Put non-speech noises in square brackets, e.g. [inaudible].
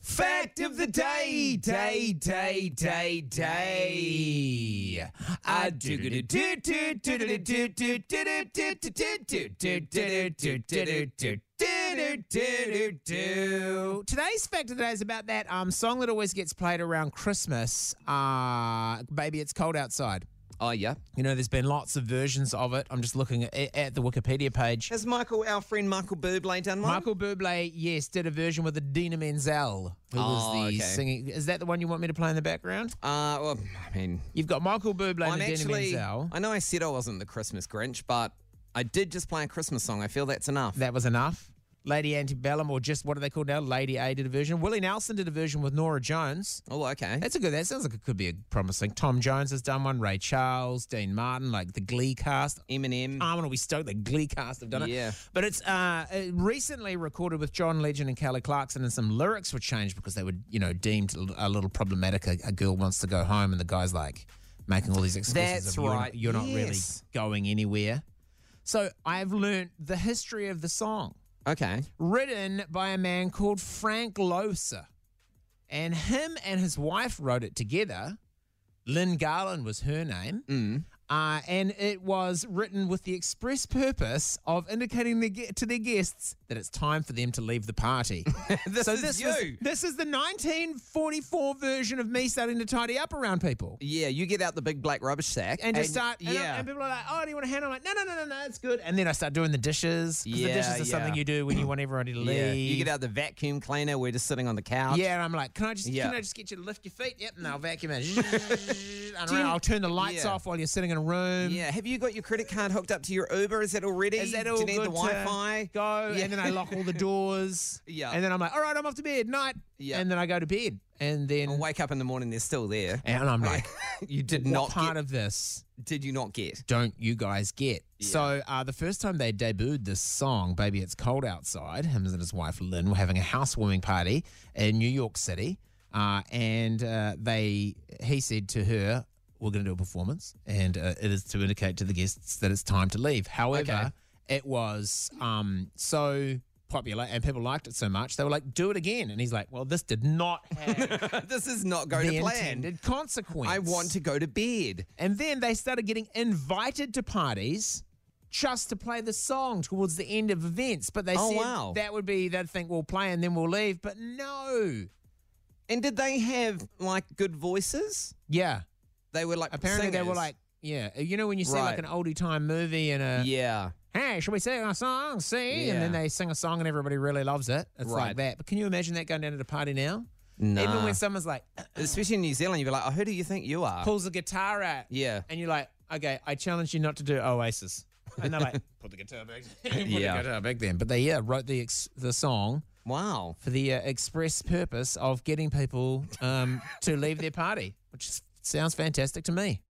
Fact of the day, day, day, day, day. Ah, do do do do do do do do do do do do do do do do do. Today's fact of the day is about that um, song that always gets played around Christmas. Uh, Baby, it's cold outside. Oh yeah, You know, there's been lots of versions of it. I'm just looking at, at the Wikipedia page. Has Michael, our friend Michael Bublé, done one? Michael Bublé, yes, did a version with Adina Menzel, who Oh, was the okay. singing. Is that the one you want me to play in the background? Uh, well, I mean, You've got Michael Bublé I'm and Adina actually. Menzel. I know I said I wasn't the Christmas Grinch, but I did just play a Christmas song. I feel that's enough. That was enough. Lady Antebellum, or just what are they called now? Lady A did a version. Willie Nelson did a version with Nora Jones. oh, okay. That's a good. That sounds like it could be a promising. Tom Jones has done one. Ray Charles, Dean Martin, like the Glee cast. Eminem. I'm gonna be stoked the Glee cast have done it. Mm. Yeah. But it's uh, uh, recently recorded with John Legend and Kelly Clarkson, and some lyrics were changed because they were, you know, deemed a l- a little problematic. A, a girl wants to go home, and the guy's like making all these excuses. That's of, "You're not- right, You're not, yes. really going anywhere. So I've learnt the history of the song, okay. written by a man called Frank Loesser, and him and his wife wrote it together. Lynn Garland was her name. Mm. Uh, and it was written with the express purpose of indicating the, to their guests that it's time for them to leave the party. [laughs] This so is [laughs] this you. was- this is the 1944 version of me starting to tidy up around people. yeah, you get out the big black rubbish sack And just start, and, I'm- yeah. and people are like, "Oh, do you want a hand?" I'm like, "No, no, no, no, no, it's good." And then I start doing the dishes. 'cause the Yeah, dishes are yeah. something you do when you want everybody to leave. yeah. You get out the vacuum cleaner. We're just sitting on the couch. Yeah, and I'm like, can I just Yeah. can I just get you to lift your feet? Yep, and I'll [laughs] vacuum it. and around, I'll turn the lights Yeah. off while you're sitting in a room. Yeah. Have you got your credit card hooked up to your Uber? Is that all ready? Is that Do all you need good the Wi-Fi? To go, and then I lock all the doors. Yeah. And then I'm like, all right, I'm off to bed. Night. Yeah. And then I go to bed, and then And wake up in the morning, they're still there. and I'm like, [laughs] you did what not part get, of this did you not get? [laughs] don't you guys get? Yeah. So uh, the first time they debuted this song, "Baby It's Cold Outside," him and his wife Lynn were having a housewarming party in New York City, uh, and uh, they he said to her, "We're going to do a performance, and uh, it is to indicate to the guests that it's time to leave." However, it was um, so popular and people liked it so much they were like, "Do it again," and he's like, "Well, this did [laughs] not have this is not going the to plan. intended consequence." I want to go to bed. And then they started getting invited to parties just to play the song towards the end of events. But they Oh, said wow. that would be, they'd think we'll play and then we'll leave. But no. And did they have like good voices? Yeah. They were like Apparently they were singers. like, yeah. You know, when you see like Right. an oldie time movie and a, yeah, hey, should we sing a song? Sing. And then Yeah. they sing a song and everybody really loves it. It's like Right. that. But can you imagine that going down at a party now? no. Even when someone's like, especially in New Zealand, you'd be like, oh, who do you think you are? pulls a guitar out. Yeah. And you're like, okay, I challenge you not to do Oasis. And they're like, [laughs] put the guitar back. put Yeah. the guitar back then. But they yeah wrote the ex- the song Wow. for the uh, express purpose of getting people um, to leave their party, which is, sounds fantastic to me.